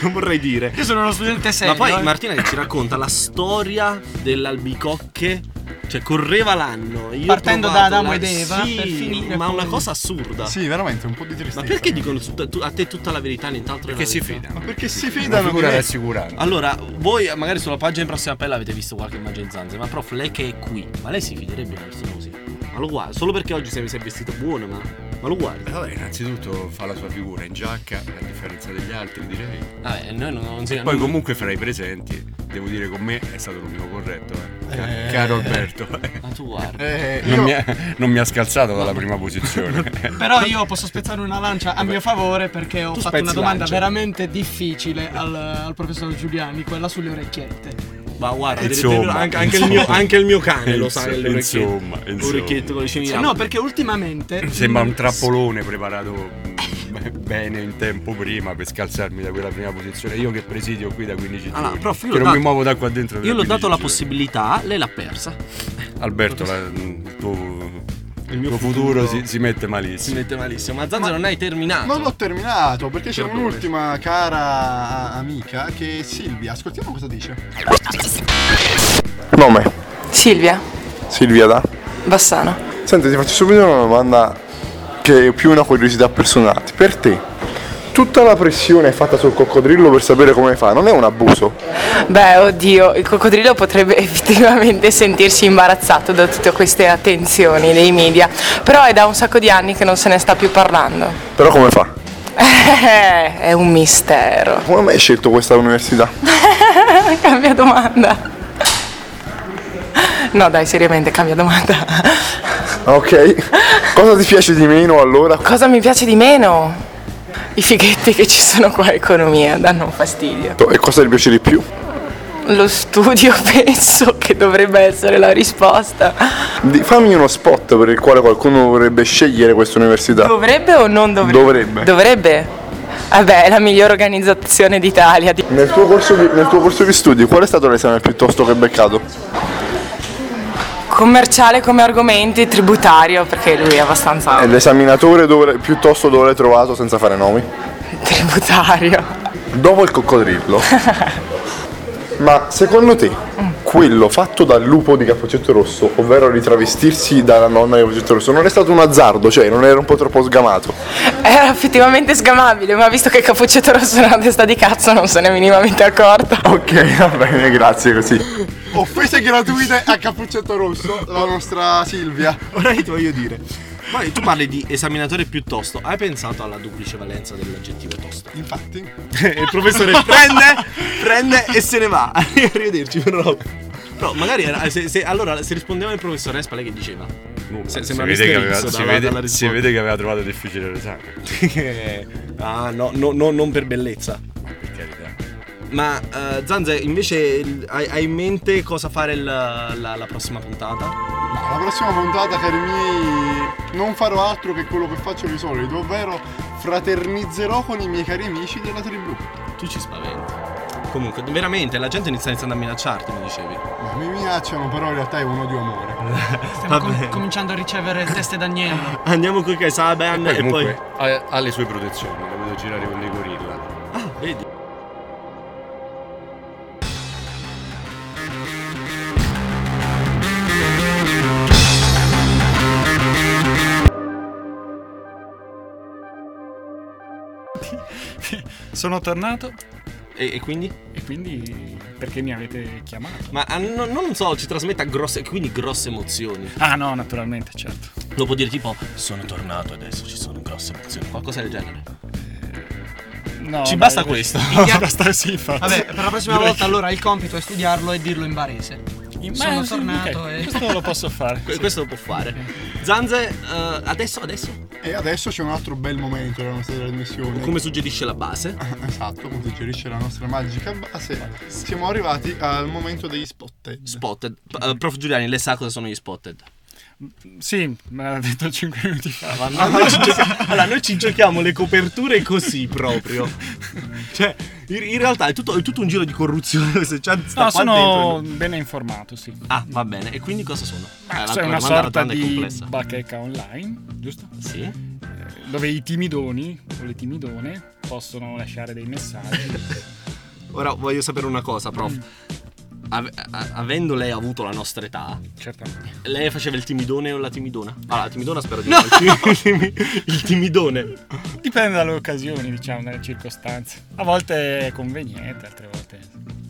S2: non vorrei dire.
S4: Io sono uno studente serio.
S2: Ma poi
S4: eh.
S2: Martina che ci racconta la storia delle albicocche. Cioè, correva l'anno. Io ho
S4: Partendo da
S2: trovato
S4: Adamo
S2: la-
S4: ed Eva
S2: sì,
S4: per finire
S2: Ma
S4: poi-
S2: una cosa assurda.
S3: sì, veramente un po' di tristezza.
S2: Ma perché dicono tutta- tu- a te tutta la verità e nient'altro? è
S5: Perché
S2: la
S5: si
S2: verità?
S5: fidano.
S3: Perché si
S5: Una
S3: fidano di
S5: figura
S3: me.
S5: rassicurante.
S2: Allora, voi magari sulla pagina in prossima pelle avete visto qualche immagine di zanze, ma prof, lei che è qui, ma lei si fiderebbe di una persona così? Ma lo guarda, solo perché oggi sei, sei vestito buono, ma, ma lo guardi?
S5: Eh, Vabbè, innanzitutto fa la sua figura in giacca, a differenza degli altri, direi.
S2: Vabbè, noi non, non siamo...
S5: Poi comunque fra i presenti, devo dire con me è stato l'unico corretto, eh. Ca-
S3: Eh.
S5: caro Alberto. eh.
S2: Ma tu guarda.
S3: Eh,
S5: Non
S3: io-
S5: mi, ha, non mi ha scalzato dalla prima posizione.
S4: Però io posso spezzare una lancia a mio favore perché ho
S2: Tu
S4: fatto una
S2: spezzi
S4: domanda
S2: lance.
S4: veramente difficile al, al professor Giuliani, quella sulle orecchiette.
S2: Ma guarda,
S5: Insomma,
S2: direbbero- anche, anche il
S5: insomma.
S2: mio, anche il mio cane lo sa,
S5: Insomma,
S2: le orecchiette.
S5: insomma, insomma.
S2: L'orecchietto con le scenine.
S4: no, perché ultimamente.
S5: Sembra un trappolone preparato mm, bene in tempo prima per scalzarmi da quella prima posizione. Io che presidio qui da 15
S2: Allora,
S5: giorni.
S2: prof, io l'ho
S5: che non mi
S2: dato-
S5: muovo da qua dentro. da
S2: Io l'ho
S5: 15
S2: dato la
S5: giorni.
S2: possibilità, lei l'ha persa.
S5: Alberto, la- mm, il tuo, il
S2: mio
S5: tuo futuro,
S2: futuro
S5: si, si mette
S2: Si
S5: malissimo.
S2: mette malissimo, ma Zanza non hai terminato.
S3: Non l'ho terminato perché c'è
S2: Perdone.
S3: un'ultima cara amica che è Silvia. Ascoltiamo cosa dice.
S9: Nome.
S12: Silvia
S9: Silvia da?
S12: Bassano.
S9: Senti, ti faccio subito una domanda che è più una curiosità personale. Per te, tutta la pressione è fatta sul coccodrillo per sapere come fa, non è un abuso.
S12: Beh, oddio, il coccodrillo potrebbe effettivamente sentirsi imbarazzato da tutte queste attenzioni dei media, però è da un sacco di anni che non se ne sta più parlando.
S9: Però come fa?
S12: è un mistero.
S9: Come mai hai scelto questa università?
S12: Eh, cambia domanda. No, dai, seriamente, cambia domanda.
S9: Ok. Cosa ti piace di meno allora?
S12: Cosa mi piace di meno? I fighetti che ci sono qua a economia danno un fastidio.
S9: E cosa ti piace di più?
S12: Lo studio penso che dovrebbe essere la risposta.
S9: Di- fammi uno spot per il quale qualcuno vorrebbe scegliere questa università.
S12: Dovrebbe o non dovrebbe?
S9: Dovrebbe.
S12: Dovrebbe? Vabbè, è la migliore organizzazione d'Italia. Di-
S9: Nel tuo, corso di, nel tuo corso di studi, qual è stato l'esame piuttosto che beccato?
S12: Commerciale come argomenti, tributario, perché lui è abbastanza
S3: Eh.
S9: E l'esaminatore dove, piuttosto dove l'hai trovato senza fare nomi?
S12: tributario.
S9: Dopo il coccodrillo. Ma secondo te, quello fatto dal lupo di Cappuccetto Rosso, ovvero ritravestirsi dalla nonna di Cappuccetto Rosso, non è stato un azzardo, cioè non era un po' troppo sgamato?
S12: Era effettivamente sgamabile, ma visto che Cappuccetto Rosso era una testa di cazzo non se n'è minimamente accorto.
S9: Ok, va bene, grazie così.
S3: Offese gratuite a Cappuccetto Rosso, la nostra Silvia.
S2: Ora ti voglio dire. Ma tu parli di esaminatore piuttosto, hai pensato alla duplice valenza dell'aggettivo tosto?
S3: Infatti.
S2: il professore prende, prende e se ne va. Arrivederci, però. Però magari era- se, se- allora se rispondeva il professore Espale che diceva? Se,
S5: Oh, si,
S2: sembra
S5: vede che aveva,
S2: misterizzo
S5: si
S2: dalla-
S5: vede-
S2: dalla
S5: si
S2: risposta.
S5: vede che aveva trovato difficile l'esame.
S2: Eh, ah, no, no, no, non per bellezza.
S5: Per carità.
S2: Ma eh, Zanze, invece il- hai, hai in mente cosa fare il- la, la prossima puntata?
S3: Alla prossima puntata, cari miei, non farò altro che quello che faccio di solito, ovvero fraternizzerò con i miei cari amici della tribù.
S2: Tu ci spaventi. Comunque, veramente, la gente inizia iniziando a minacciarti, mi dicevi.
S3: Ma mi minacciano, però in realtà è uno di amore.
S2: Stiamo com- Vabbè.
S4: cominciando a ricevere teste d'agnello.
S2: Andiamo con Kaisaban
S5: Poi
S2: e poi...
S5: comunque ha, ha le sue protezioni, la vedo girare con dei gorilla.
S2: Ah, vedi.
S7: Sono tornato.
S2: E, e quindi?
S7: E quindi perché mi avete chiamato?
S2: Ma ah, no- non so, ci trasmetta grosse, quindi grosse emozioni.
S7: Ah no, naturalmente, certo.
S2: Dopo dire tipo, sono tornato adesso, ci sono grosse emozioni. Qualcosa del genere.
S7: No,
S2: Ci
S7: beh,
S2: basta
S7: eh,
S2: questo.
S7: Ci basta sì, infatti.
S4: Vabbè, per la prossima
S7: Direi
S4: volta
S7: che-
S4: allora il compito è studiarlo e dirlo in barese. Sono
S7: Ma Eh, sì,
S4: tornato
S7: ok,
S4: e...
S7: Questo lo posso fare.
S2: Que- Questo lo può fare. Zanze, eh, adesso, adesso?
S3: E adesso c'è un altro bel momento della nostra trasmissione.
S2: Come suggerisce la base?
S3: Esatto, come suggerisce la nostra magica base. Siamo arrivati al momento degli spotted.
S2: Spotted. P- eh, prof Giuliani, lei sa cosa sono gli spotted?
S7: Sì, me l'ha detto 5 minuti fa.
S2: Ma Ah, noi ci gioca- allora, noi ci giochiamo le coperture così proprio. Cioè, in, in realtà è tutto, è tutto un giro di corruzione. Se c'è, sta qua
S7: No, sono
S2: dentro.
S7: ben informato, sì.
S2: Ah, va bene. E quindi cosa sono?
S7: Ma
S2: Eh,
S7: c'è
S2: la
S7: una
S2: domanda
S7: sorta
S2: rotonda è
S7: di
S2: complessa.
S7: bacheca online, giusto?
S2: Sì.
S7: Eh, Dove i timidoni o le timidone possono lasciare dei messaggi.
S2: Ora voglio sapere una cosa, prof. Ave- a- avendo lei avuto la nostra età, lei faceva il timidone o la timidona? Ah, la timidona spero di no. Il, timi- il timidone.
S7: Dipende dalle occasioni, diciamo, dalle circostanze. A volte è conveniente, altre volte.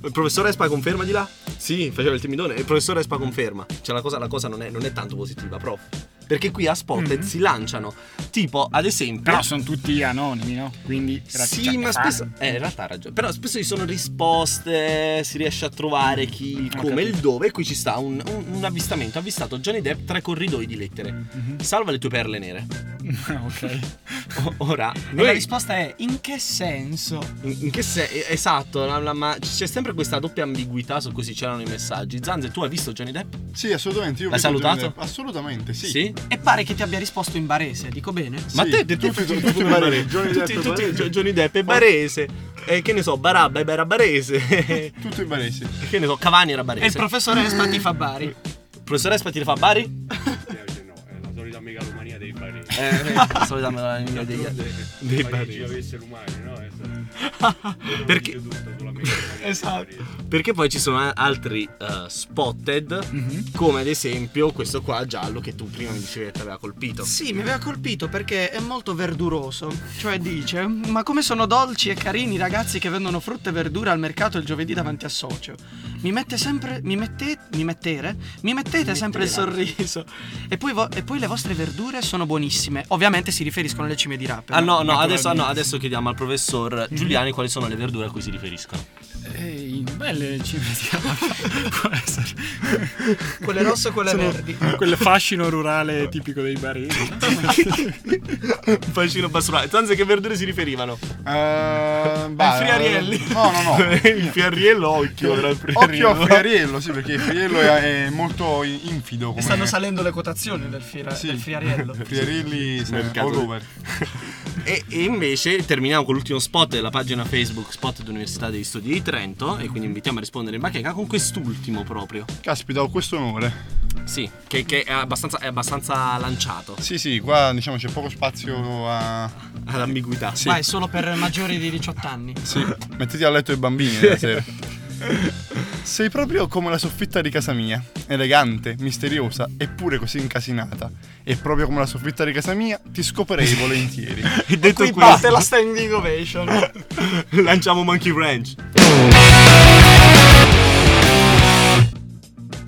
S2: Il professor Espa conferma di là? Sì, faceva il timidone. Il professor Espa conferma. Cioè, la cosa, la cosa non, è, non è tanto positiva, prof. Perché qui a Spotted si lanciano, tipo, ad esempio.
S7: Però sono tutti anonimi, no? Quindi
S2: Sì,
S7: Ah.
S2: ma spesso. Eh, in realtà ha ragione. Però spesso ci sono risposte, si riesce a trovare chi, il
S7: Ho
S2: come, il
S7: capito.
S2: dove. E qui ci sta un, un- un avvistamento. Ha avvistato Johnny Depp tra i corridoi di lettere. Salva le tue perle nere.
S7: Mm-hmm. ok.
S2: O- Ora,
S4: E la
S2: noi.
S4: risposta è in che senso?
S2: In in che se eh, esatto, la- la- ma c'è sempre questa doppia ambiguità su cui si c'erano i messaggi. Zanze, tu hai visto Johnny Depp?
S3: Sì, assolutamente. Io
S2: L'hai
S3: ho visto
S2: salutato?
S3: Johnny Depp. Assolutamente, sì.
S4: E pare che ti abbia risposto in barese, dico bene?
S2: Ma te, te,
S3: tutti-
S2: tutti, tutti,
S3: tutti baresi.
S2: Johnny
S3: Johnny
S2: Depp,
S3: Depp è
S2: tutti,
S3: barese.
S2: Johnny Depp è barese. Eh, che ne so, Barabba è era barese.
S3: Tutto in barese.
S2: che ne so, Cavani era barese.
S4: E il professore Espa ti fa Bari.
S2: Il professor Espa ti fa Bari?
S5: La solita megalomania dei baresi.
S2: Eh, la solita megalomania dei- dei baresi.
S5: l'umano, no?
S2: Perché?
S3: Esatto.
S2: Perché poi ci sono a- altri eh, spotted, come ad esempio questo qua giallo che tu prima mi dicevi che ti aveva colpito.
S4: Sì, mi aveva colpito perché è molto verduroso. Cioè dice, ma come sono dolci e carini i ragazzi che vendono frutta e verdura al mercato il giovedì davanti a socio. Mi mette sempre, mi mette, mi mettere, mi mettete sempre il sorriso. E poi, vo- e poi le vostre verdure sono buonissime. Ovviamente si riferiscono alle cime di rape.
S2: Ah no, no, adesso, ah, no, adesso chiediamo al professor Giuliani quali sono le verdure a cui si riferiscono.
S3: eh,
S7: Ehi, belle ci vediamo.
S4: Quelle rosse e quelle
S7: Sono
S4: verdi.
S7: Quel fascino rurale tipico dei baresi.
S2: Fascino basurale. Tanto che verdure si riferivano?
S5: Ehm,
S3: bah,
S2: il friarielli.
S3: Ehm, eh, no, no, no.
S2: il friariello occhio. era il
S3: Occhio a
S2: friariello.
S3: Friariello, sì, perché Friariello è, è molto i- infido. Come...
S4: Stanno salendo le cotazioni del, fira- del friariello.
S5: Esatto.
S3: Friarielli, sì,
S2: Mercato.
S3: all over.
S2: E, e invece terminiamo con l'ultimo spot della pagina Facebook Spot dell'Università degli Studi di Trento e quindi invitiamo a rispondere in bacheca con quest'ultimo proprio.
S3: Caspita, ho questo onore.
S2: Sì, che, che è, abbastanza, è abbastanza lanciato.
S3: Sì, sì, qua diciamo c'è poco spazio a...
S2: all'ambiguità.
S3: Sì.
S4: Ma è solo per maggiori di 18 anni.
S3: Sì, mettiti a letto i bambini la sera. Sei proprio come la soffitta di casa mia, elegante, misteriosa, eppure così incasinata. E proprio come la soffitta di casa mia, ti scoperei volentieri.
S2: E detto
S3: qui
S2: questo-
S3: parte
S4: la standing ovation.
S2: Lanciamo Monkey Ranch.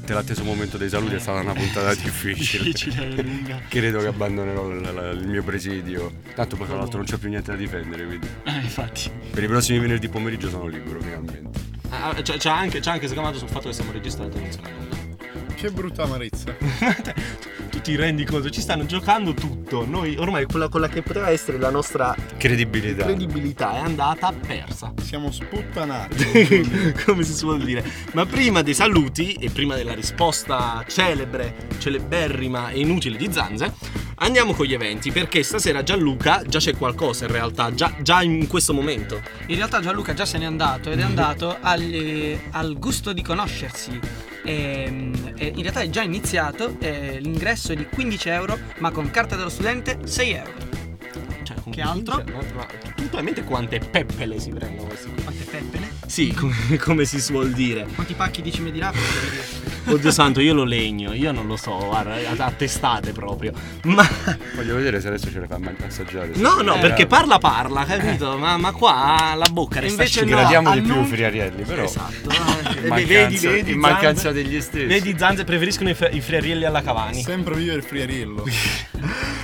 S5: L'atteso momento dei saluti è stata una puntata difficile.
S7: Difficile, lunga.
S5: Credo che abbandonerò la- la- il mio presidio. Tanto poi tra l'altro non c'è più niente da difendere, quindi.
S7: Ah, infatti.
S5: Per i prossimi venerdì pomeriggio sono libero finalmente.
S2: Ah, c'è, c'è anche, c'è anche sgamato sul fatto che stiamo registrando non siamo in onda.
S3: Che brutta amarezza.
S2: Tu ti rendi conto, ci stanno giocando tutto. Noi ormai quella, quella che poteva essere la nostra
S5: Credibilità.
S2: credibilità è andata persa.
S3: Siamo sputtanati.
S2: come si suol dire. Ma prima dei saluti e prima della risposta celebre, celeberrima e inutile di Zanze, andiamo con gli eventi perché stasera Gianluca già c'è qualcosa in realtà, già, già in questo momento.
S4: In realtà Gianluca già se n'è andato ed è andato al, eh, al gusto di conoscersi. Ehm, e in realtà è già iniziato, eh, l'ingresso è di 15 euro, ma con carta dello studente 6 euro.
S2: Cioè,
S4: Che altro?
S2: Tu hai in mente quante peppele si prendono questi qui?
S4: Quante peppele?
S2: Sì, come, come si suol dire.
S4: Quanti pacchi di cime di rape?
S2: Oddio santo, io lo legno, io non lo so, guarda, a, a testate proprio. Ma
S5: Voglio vedere se adesso ce le fa man- assaggiare.
S2: no, no,
S5: Eh,
S2: perché parla parla, capito? Ma, ma qua la bocca resta
S5: Invece
S2: asciutta.
S5: no, Gradiamo di più annun- Friarielli, però.
S2: Esatto.
S5: In
S2: Eh, vedi,
S5: mancanza-
S2: vedi,
S5: in mancanza
S2: Zanze-
S5: degli stessi.
S2: Vedi, Zanze preferiscono i, fre- i friarielli alla Cavani.
S3: Sempre vive il friariello.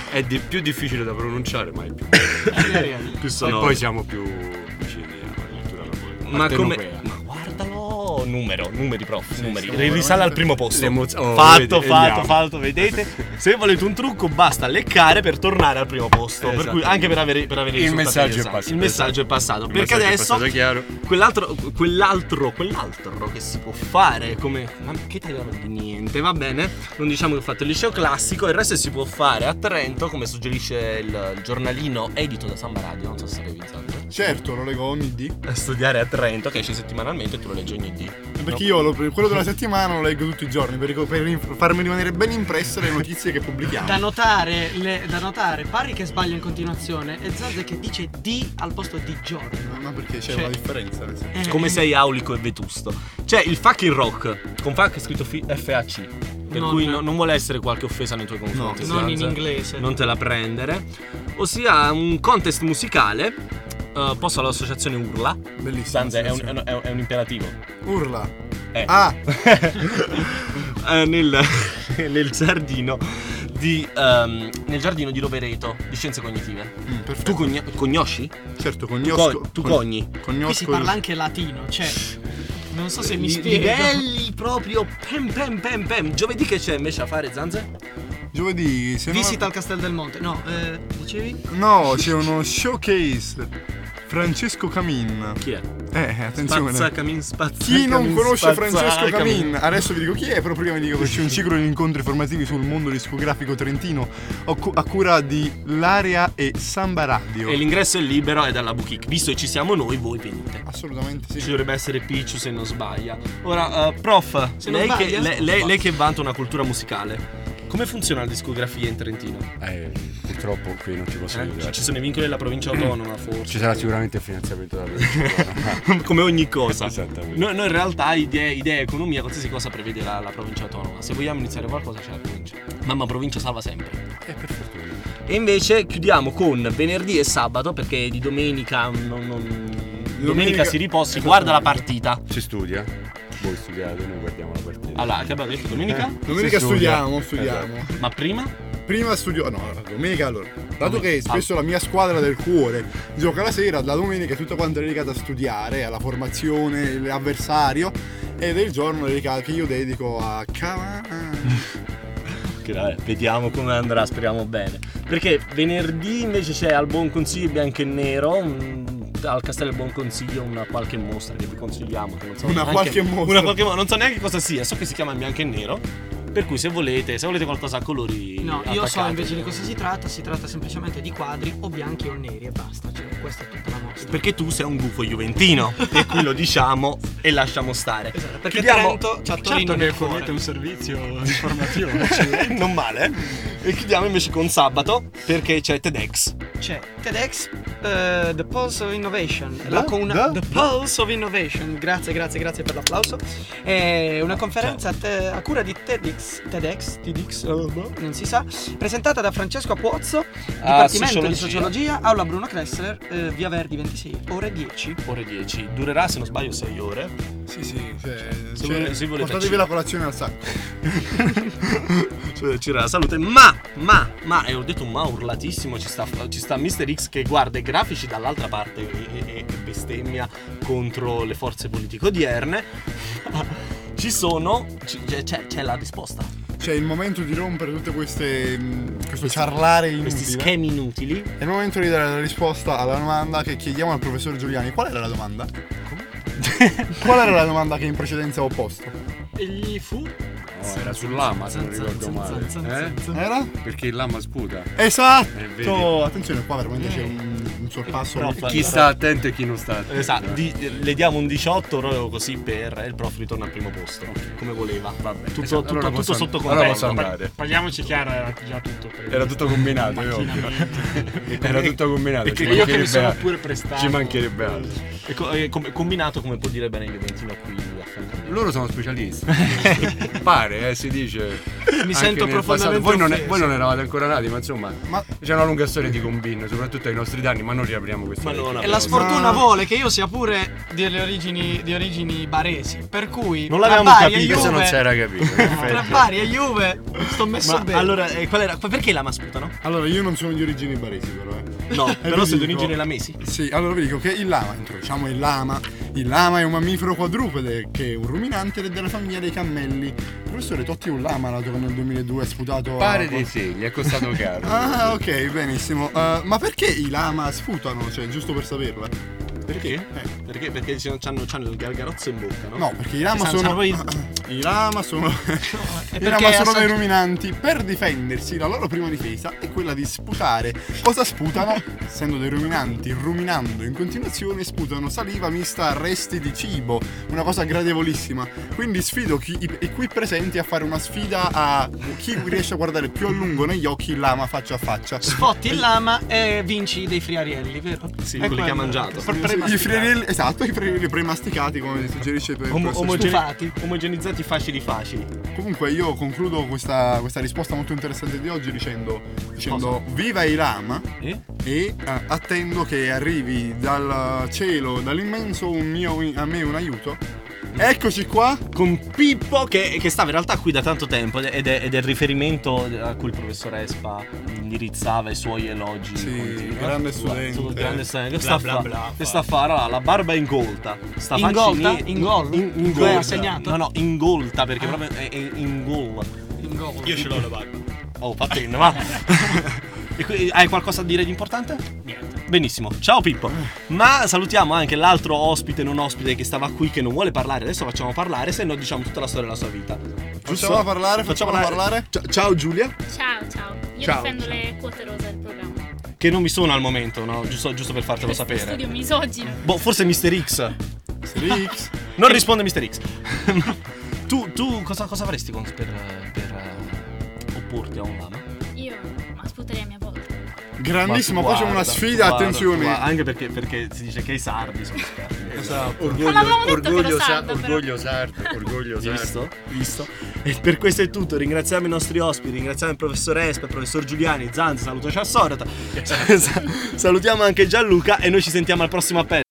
S5: È di- più difficile da pronunciare, ma è più.
S2: Più
S5: e
S2: sonoro.
S5: poi siamo più vicini alla cultura napoletana.
S2: Ma come-
S5: Partenopea.
S2: ma guardalo, numero, numeri prof, numeri.
S5: sì,
S2: Risale al
S5: veramente.
S2: primo posto.
S5: L'emozio- oh,
S2: fatto,
S5: vedi,
S2: fatto,
S5: vediamo.
S2: fatto, vedete? Se volete un trucco basta leccare per tornare al primo posto, per
S5: Esatto.
S2: cui- anche per avere, per avere
S5: Il
S2: risultati
S5: messaggio è
S2: interessanti.
S5: passato,
S2: Il messaggio Cioè, è passato,
S5: Il
S2: perché
S5: messaggio è
S2: adesso
S5: passato, è chiaro.
S2: quell'altro quell'altro quell'altro che si può fare come ma che italiano di niente, va bene? Non diciamo che ho fatto il liceo classico, il resto si può fare a Trento, come suggerisce il, il giornalino edito da Samba Radio, non so se l'hai visto.
S3: Certo, lo leggo ogni D.
S2: A studiare a Trento che esce settimanalmente e tu lo leggi ogni D.
S3: Perché io lo- quello della settimana lo leggo tutti i giorni per, per inf- farmi rimanere ben impresse le notizie che pubblichiamo.
S4: Da notare, le- da notare Parri che sbaglia in continuazione e Zanze che dice di al posto di giorno.
S3: Ma perché c'è
S4: Cioè-
S3: una differenza? nel senso.
S4: Eh.
S2: Come sei aulico e vetusto. C'è il fucking rock, con fuck è scritto fi- FAC. Per
S4: Non-
S2: cui no- non vuole essere qualche offesa nei tuoi confronti.
S4: non in
S2: Zanza.
S4: inglese.
S2: Non te la prendere. Ossia un contest musicale eh, posto all'associazione Urla.
S3: Bellissimo.
S2: Sanza è, un- è un- è un- è un imperativo.
S3: Urla.
S2: Eh.
S3: Ah.
S2: Eh, nel, nel giardino di ehm, nel giardino di Rovereto di scienze cognitive.
S3: Mm, perfetto.
S2: tu cogni- cognosci?
S3: Certo,
S2: Tu,
S3: cognosco-
S2: co- tu
S3: con-
S2: cogni.
S4: Qui si parla anche latino, cioè. Non so se mi
S2: Li-
S4: spiego.
S2: Livelli proprio pem pem pem pem. Giovedì che c'è invece a fare Zanze?
S3: Giovedì, se no-
S4: Visita al Castel del Monte. No, eh, dicevi?
S3: No, c'è uno showcase. Francesco Camin.
S2: Chi è?
S3: Eh, attenzione.
S2: Spazza Camin, spazza
S3: chi non
S2: Camin,
S3: conosce
S2: spazza
S3: Francesco Camin,
S2: Camin.
S3: adesso vi dico chi è, però prima vi dico che c'è un ciclo di incontri formativi sul mondo discografico trentino a cu- a cura di L'Area e Samba Radio.
S2: E l'ingresso è libero è dalla Bookic. Visto che ci siamo noi, voi venite.
S3: Assolutamente sì.
S2: Ci dovrebbe essere Picciu se non sbaglia. Ora, eh, prof,
S4: Se non
S2: lei,
S4: sbaglia?
S2: che, lei- lei- lei che vanta una cultura musicale, Come funziona la discografia in Trentino?
S5: Eh, purtroppo qui non ci posso
S2: Eh?
S5: aiutare.
S2: Ci sono i vincoli della provincia autonoma, forse.
S5: Ci sarà sicuramente il finanziamento della provincia.
S2: Come ogni cosa.
S5: Esattamente.
S2: Noi, noi in realtà idee, idee, economia, qualsiasi cosa prevede la, la provincia autonoma. Se vogliamo iniziare qualcosa c'è la provincia. Mamma provincia salva sempre.
S5: Eh, per fortuna.
S2: E invece chiudiamo con venerdì e sabato perché di domenica non... non- Domenica, si riposa, si guarda la partita.
S5: Si studia? Voi studiate, noi guardiamo la partita.
S2: Allora, che abbiamo detto domenica?
S5: Eh,
S3: Domenica
S5: si studia.
S3: studiamo, studiamo.
S5: Esatto.
S2: Ma prima?
S3: Prima studio. No, allora, domenica allora. Dato che spesso la mia squadra del cuore gioca la sera, la domenica è tutta quanto è dedicata a studiare, alla formazione, l'avversario. Ed è il giorno dedicato- che io dedico a cavare.
S2: Che vabbè, vediamo come andrà, speriamo bene. Perché venerdì invece c'è al Buon Consiglio Bianco e Nero, un- al Castello del Buon Consiglio una qualche mostra che vi consigliamo. Che non so
S3: Una
S2: neanche-
S3: qualche mostra.
S2: Una qualche mo- non so neanche cosa sia, so che si chiama Bianco e Nero. Per cui se volete, se volete qualcosa a colori...
S4: No, io so
S2: attaccate.
S4: invece di cosa si tratta, si tratta semplicemente di quadri o bianchi o neri e basta, cioè questa è tutta la mostra.
S2: Perché tu sei un gufo juventino. e qui lo diciamo e lasciamo stare.
S4: Esatto, perché
S2: Chiudiamo-
S4: Trento c'ha Torino
S7: certo
S4: nel
S7: che
S4: cuore.
S7: fornite un servizio informativo.
S2: non male. eh? E chiudiamo invece con sabato perché c'è TEDx.
S4: C'è TEDx eh, The Pulse of Innovation, la, con una-
S2: Da?
S4: The Pulse of Innovation, grazie, grazie, grazie per l'applauso. È
S5: Ah,
S4: una conferenza a, te- a cura di TEDx, TEDx, TEDx, eh, boh, non si sa, presentata da Francesco Apuozzo,
S2: Ah,
S4: Dipartimento di
S2: sociologia.
S4: Sociologia, Aula Bruno Kressler, eh, Via Verdi 26, ore 10.
S2: Ore 10, durerà se non sbaglio 6 ore.
S3: Sì, sì,
S2: Se
S3: cioè,
S2: volete- se volete
S3: portatevi
S2: ci-
S3: la colazione al sacco.
S2: Cioè, c'era la salute, ma, ma, ma, e ho detto un ma urlatissimo, ci sta, ci sta Mr. X che guarda i grafici dall'altra parte e, e- e bestemmia contro le forze politiche odierne. ci sono, ci- c'è, c'è- c'è la risposta.
S3: C'è il momento di rompere tutte queste. mh, questo charlare inutile.
S2: questi schemi inutili.
S3: È il momento di dare la risposta alla domanda che chiediamo al professor Giuliani. Qual era la domanda? Qual era la domanda che in precedenza ho posto?
S4: E gli fu?
S5: No, era sull'ama, se non ricordo male. Eh?
S3: Era?
S5: Perché il lama sputa. Eh, vedi?
S3: Esatto! Attenzione, qua veramente c'è un, un sorpasso.
S5: Chi sta attento e chi non sta attento.
S2: Esatto, di- le diamo un 18 proprio così per e il prof ritorna al primo posto, come voleva. tutto,
S5: esatto,
S2: tutto-
S5: allora
S2: tutto
S5: posso-
S2: sotto
S5: allora
S2: controllo.
S5: posso andare.
S7: Parliamoci chiaro, era già tutto preso.
S5: Era tutto combinato, è ovvio. Era tutto combinato.
S2: E
S5: ci
S2: che io che mi
S5: mancherebbe
S2: sono
S5: altro.
S2: pure prestato.
S5: Ci mancherebbe altro.
S2: E co- e com- combinato come può dire bene il Juventino qui a fianco a me.
S5: Loro sono specialisti. Pare, eh, si dice. anche
S2: sento
S5: nel
S2: profondamente
S5: passato. voi non,
S2: offeso.
S5: voi non eravate ancora nati, ma insomma, c'è una lunga storia di combin, soprattutto ai nostri danni, ma non riapriamo questo.
S4: E la sfortuna vuole che io sia pure delle origini, di origini baresi, per cui
S5: Non
S4: tra
S5: l'avevamo
S4: Bari e
S5: capito, se
S4: Juve-
S5: non c'era capito, in
S4: Tra
S5: effetti.
S4: Bari e Juve sto messo
S2: Ma
S4: bene.
S2: allora, eh, qual era- perché la masputano?
S3: Allora, io non sono di origini baresi, però. Eh.
S2: No,
S3: E
S2: però
S3: vi
S2: sei
S3: dico-
S2: d'origine lamesi.
S3: Sì, allora vi dico che il lama, introduciamo il lama. Il lama è un mammifero quadrupede che è un ruminante ed è della famiglia dei cammelli. Professore Totti è un lama nato che nel 2002 ha sputato.
S5: Pare
S3: acqua.
S5: di sì, gli è costato caro.
S3: Ah, ok, benissimo. Eh, ma perché i lama sputano? Cioè, giusto per saperla.
S2: Perché? Perché? Perché ci- c'hanno, c'hanno il gargarozzo in bocca, no?
S3: No, perché i lama
S2: Cioè,
S3: sono.
S2: c'hanno proprio
S3: I lama sono. I
S2: perché
S3: lama sono
S2: assag-
S3: dei ruminanti. Per difendersi, la loro prima difesa è quella di sputare. Cosa sputano? Essendo dei ruminanti, ruminando in continuazione, sputano saliva mista a resti di cibo. Una cosa gradevolissima. Quindi sfido chi, i, i qui presenti a fare una sfida a chi riesce a guardare più a lungo negli occhi il lama faccia a faccia.
S4: Sfotti il lama e vinci dei friarielli, vero?
S2: Sì,
S4: È
S2: quelli che ha
S4: quello.
S2: mangiato.
S4: Per- per-
S3: I friarielli, esatto, i friarielli premasticati come suggerisce per
S2: Om-
S3: professor
S2: omogene-
S3: Stufati.
S2: omogenizzati facili facili.
S3: Comunque io concludo questa, questa risposta molto interessante di oggi dicendo, dicendo viva i lama e eh, attendo che arrivi dal cielo, dall'immenso un mio, a me un aiuto. Eccoci qua
S2: con Pippo che, che stava in realtà qui da tanto tempo ed è, ed è il riferimento a cui il professor Espa indirizzava i suoi elogi. Sì,
S3: grande studente.
S2: grande studente. Che
S3: Bla,
S2: sta a
S3: bla,
S2: fa-
S3: bla,
S2: che sta a fare? Allora, la barba è ingolta. Sta
S4: Ingolta?
S2: faccia in-
S4: Ingol?
S2: in-
S4: Lo
S2: ingolta.
S4: hai segnato?
S2: No, no, ingolta perché proprio è, è ingol.
S4: Io ce l'ho la
S2: barba. Oh, pattino, va. E qui- hai qualcosa da dire di importante? Niente. Benissimo, ciao Pippo. Ma salutiamo anche l'altro ospite non ospite che stava qui che non vuole parlare. Adesso facciamo parlare, se no diciamo tutta la storia della sua vita.
S3: Facciamola parlare, facciamola
S2: Cioè,
S3: Ciao, ciao Giulia.
S13: Ciao, ciao. Io
S2: Ciao,
S13: difendo
S2: ciao.
S13: le quote rosa del programma.
S2: Che non mi sono al momento, no? Giusto, giusto per fartelo
S13: Questo Studio
S2: sapere.
S13: misogino.
S2: Boh, forse Mr. X.
S3: Mr. X.
S2: Non risponde Mr. X. tu, tu cosa, cosa faresti con- per, per eh, opporti a un lama?
S13: Io ma sputerei a mia volta.
S3: Grandissimo,
S2: Ma
S3: facciamo
S2: guarda,
S3: una sfida,
S2: guarda,
S3: attenzione.
S2: guarda, anche perché, perché si dice che i sardi sono scarsi.
S3: Esatto.
S13: Ma l'avevamo detto che lo
S5: sa-
S13: salta, però.
S5: orgoglio sardo, orgoglio sardo.
S2: Visto? eh. Visto? E per questo è tutto, ringraziamo i nostri ospiti, ringraziamo il professor Esper, il professor Giuliani, Zanzi, salutaci a Sorata. Salutiamo anche Gianluca e noi ci sentiamo al prossimo appello.